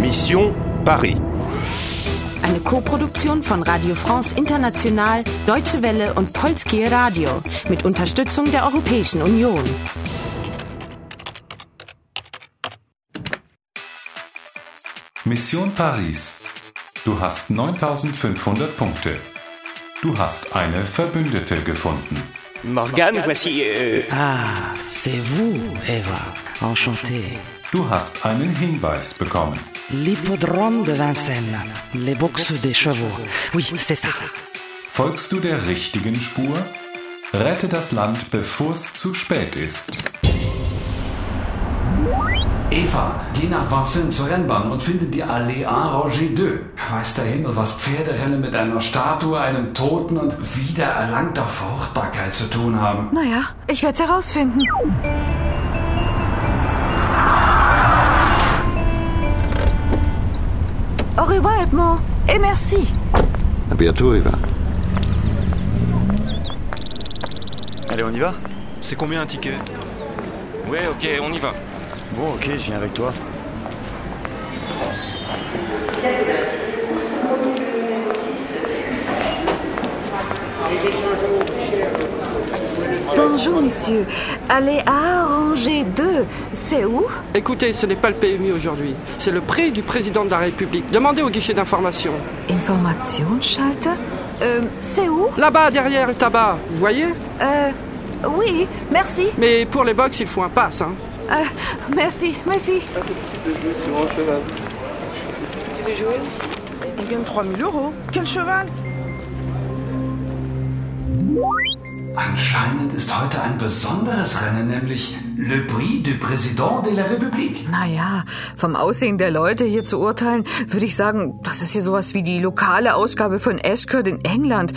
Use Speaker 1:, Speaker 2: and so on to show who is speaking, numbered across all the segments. Speaker 1: Mission Paris.
Speaker 2: Eine Koproduktion von Radio France International, Deutsche Welle und Polskie Radio mit Unterstützung der Europäischen Union.
Speaker 3: Mission Paris. Du hast 9500 Punkte. Du hast eine Verbündete gefunden.
Speaker 4: Morgane, voici. euh,
Speaker 5: Ah, c'est vous, Eva. Enchanté.
Speaker 3: Du hast einen Hinweis bekommen.
Speaker 5: L'hippodrome de Vincennes. Les boxes des chevaux. Oui, c'est ça.
Speaker 3: Folgst du der richtigen Spur? Rette das Land, bevor es zu spät ist.
Speaker 6: Eva, geh nach Vincennes zur Rennbahn und finde die Allee Roger 2. Weiß der Himmel, was Pferderennen mit einer Statue, einem Toten und wiedererlangter Fruchtbarkeit zu tun haben.
Speaker 7: Naja, ich werd's herausfinden. Au revoir, Edmond. Et merci.
Speaker 8: À bientôt, Eva.
Speaker 9: Allez, on y va C'est combien un ticket
Speaker 10: Ouais, ok, on y va.
Speaker 9: Bon, ok, je viens avec toi.
Speaker 7: Bonjour, monsieur. Allez à Angers 2. C'est où
Speaker 11: Écoutez, ce n'est pas le PMI aujourd'hui. C'est le prix du président de la République. Demandez au guichet d'information.
Speaker 7: Informationsschalter Euh, c'est où
Speaker 11: Là-bas, derrière le tabac, vous voyez
Speaker 7: Euh, oui, merci.
Speaker 11: Mais pour les box, il faut un pass. Hein.
Speaker 7: Euh, merci, merci.
Speaker 12: On gagne 3000 euros. Quel cheval
Speaker 6: Anscheinend ist heute ein besonderes Rennen, nämlich Le Prix du Président de la République.
Speaker 7: Naja, vom Aussehen der Leute hier zu urteilen, würde ich sagen, das ist hier sowas wie die lokale Ausgabe von Ashford in England.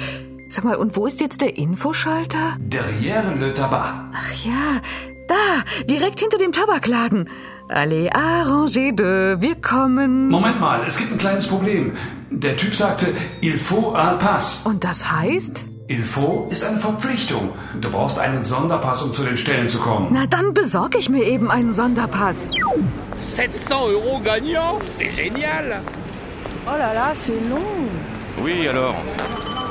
Speaker 7: Sag mal, und wo ist jetzt der Infoschalter?
Speaker 6: Derrière le Tabac.
Speaker 7: Ach ja, da, direkt hinter dem Tabakladen. Allez, arrangez de, wir kommen.
Speaker 6: Moment mal, es gibt ein kleines Problem. Der Typ sagte, il faut un pass.
Speaker 7: Und das heißt?
Speaker 6: Il faut ist eine Verpflichtung. Du brauchst einen Sonderpass, um zu den Stellen zu kommen.
Speaker 7: Na, dann besorge ich mir eben einen Sonderpass.
Speaker 10: 700 euros gagnants C'est génial
Speaker 12: Oh là là, c'est long.
Speaker 10: Oui, alors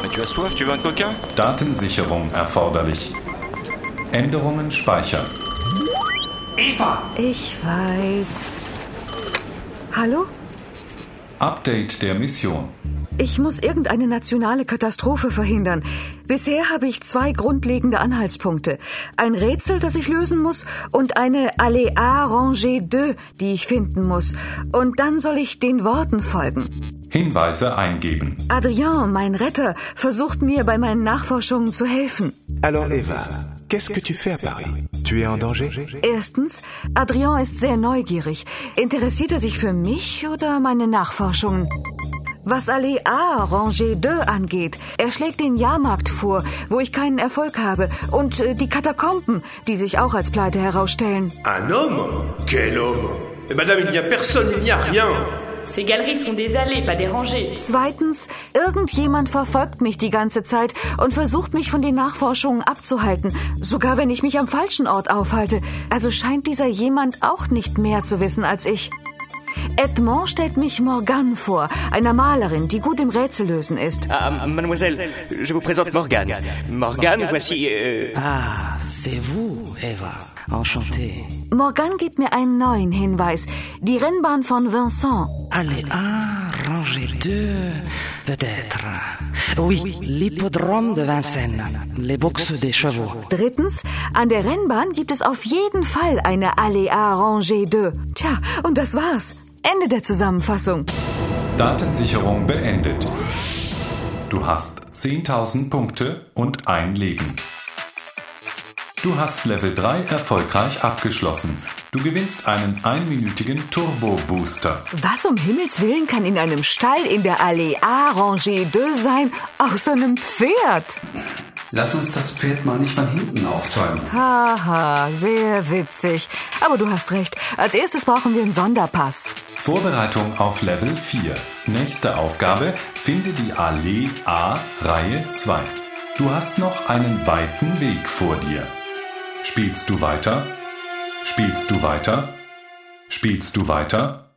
Speaker 10: Mais tu as soif Tu veux un coquin
Speaker 3: Datensicherung erforderlich. Änderungen speichern.
Speaker 6: Eva!
Speaker 7: Ich weiß. Hallo?
Speaker 3: Update der Mission.
Speaker 7: Ich muss irgendeine nationale Katastrophe verhindern. Bisher habe ich zwei grundlegende Anhaltspunkte. Ein Rätsel, das ich lösen muss, und eine Allée A Rangée 2, die ich finden muss. Und dann soll ich den Worten folgen.
Speaker 3: Hinweise eingeben.
Speaker 7: Adrien, mein Retter, versucht mir bei meinen Nachforschungen zu helfen.
Speaker 8: Alors, Eva, qu'est-ce que tu fais à Paris Tu es en danger
Speaker 7: Erstens, Adrien ist sehr neugierig. Interessiert er sich für mich oder meine Nachforschungen? Was Allee A, Rangée 2 angeht, er schlägt den Jahrmarkt vor, wo ich keinen Erfolg habe, und äh, die Katakomben, die sich auch als Pleite herausstellen.
Speaker 13: Un homme Quel homme Eh, Madame, il n'y a personne, il n'y a rien.
Speaker 14: Ces galeries sont des allées, pas des rangées.
Speaker 7: Zweitens, irgendjemand verfolgt mich die ganze Zeit und versucht mich von den Nachforschungen abzuhalten, sogar wenn ich mich am falschen Ort aufhalte. Also scheint dieser jemand auch nicht mehr zu wissen als ich. Edmond stellt mich Morgane vor, einer Malerin, die gut im Rätsellösen ist.
Speaker 4: Ah, mademoiselle, je vous présente Morgane. Morgane, voici. euh,
Speaker 5: Ah, c'est vous, Eva. Enchanté.
Speaker 7: Morgane gibt mir einen neuen Hinweis. Die Rennbahn von Vincent.
Speaker 5: Allez, un, rangez deux, peut-être. Oui, l'hippodrome de Vincennes. Les boxes des chevaux.
Speaker 7: Drittens, an der Rennbahn gibt es auf jeden Fall eine Allée à Rangée 2. Tja, und das war's. Ende der Zusammenfassung.
Speaker 3: Datensicherung beendet. Du hast 10.000 Punkte und ein Leben. Du hast Level 3 erfolgreich abgeschlossen. Du gewinnst einen einminütigen Turbo Booster.
Speaker 7: Was um Himmels Willen kann in einem Stall in der Allée à Rangée 2 sein, außer einem Pferd?
Speaker 6: Lass uns das Pferd mal nicht von hinten aufzäumen.
Speaker 7: Haha, sehr witzig. Aber du hast recht. Als erstes brauchen wir einen Sonderpass.
Speaker 3: Vorbereitung auf Level 4. Nächste Aufgabe, finde die Allee A Reihe 2. Du hast noch einen weiten Weg vor dir. Spielst du weiter? Spielst du weiter? Spielst du weiter?